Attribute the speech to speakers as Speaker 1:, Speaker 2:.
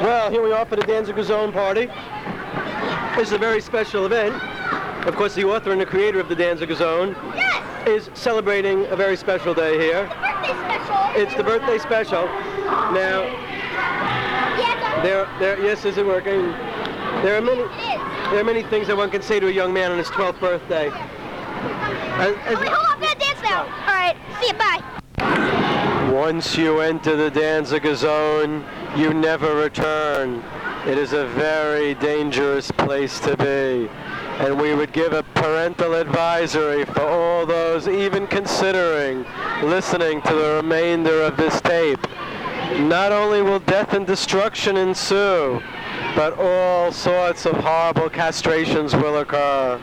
Speaker 1: Well, here we are for the Danziger Zone party. This is a very special event. Of course, the author and the creator of the Danziger Zone
Speaker 2: Yes,
Speaker 1: is celebrating a very special day here.
Speaker 2: the birthday special.
Speaker 1: It's the birthday special. Now,
Speaker 2: Yes,
Speaker 1: there, there, yes, is it working? There are many,
Speaker 2: it is.
Speaker 1: there are many things that one can say to a young man on his 12th birthday. As- as-
Speaker 2: All right, hold on, I'm gonna dance now. All right, see you, bye.
Speaker 1: Once you enter the Danziger zone, you never return. It is a very dangerous place to be. And we would give a parental advisory for all those even considering listening to the remainder of this tape. Not only will death and destruction ensue, but all sorts of horrible castrations will occur.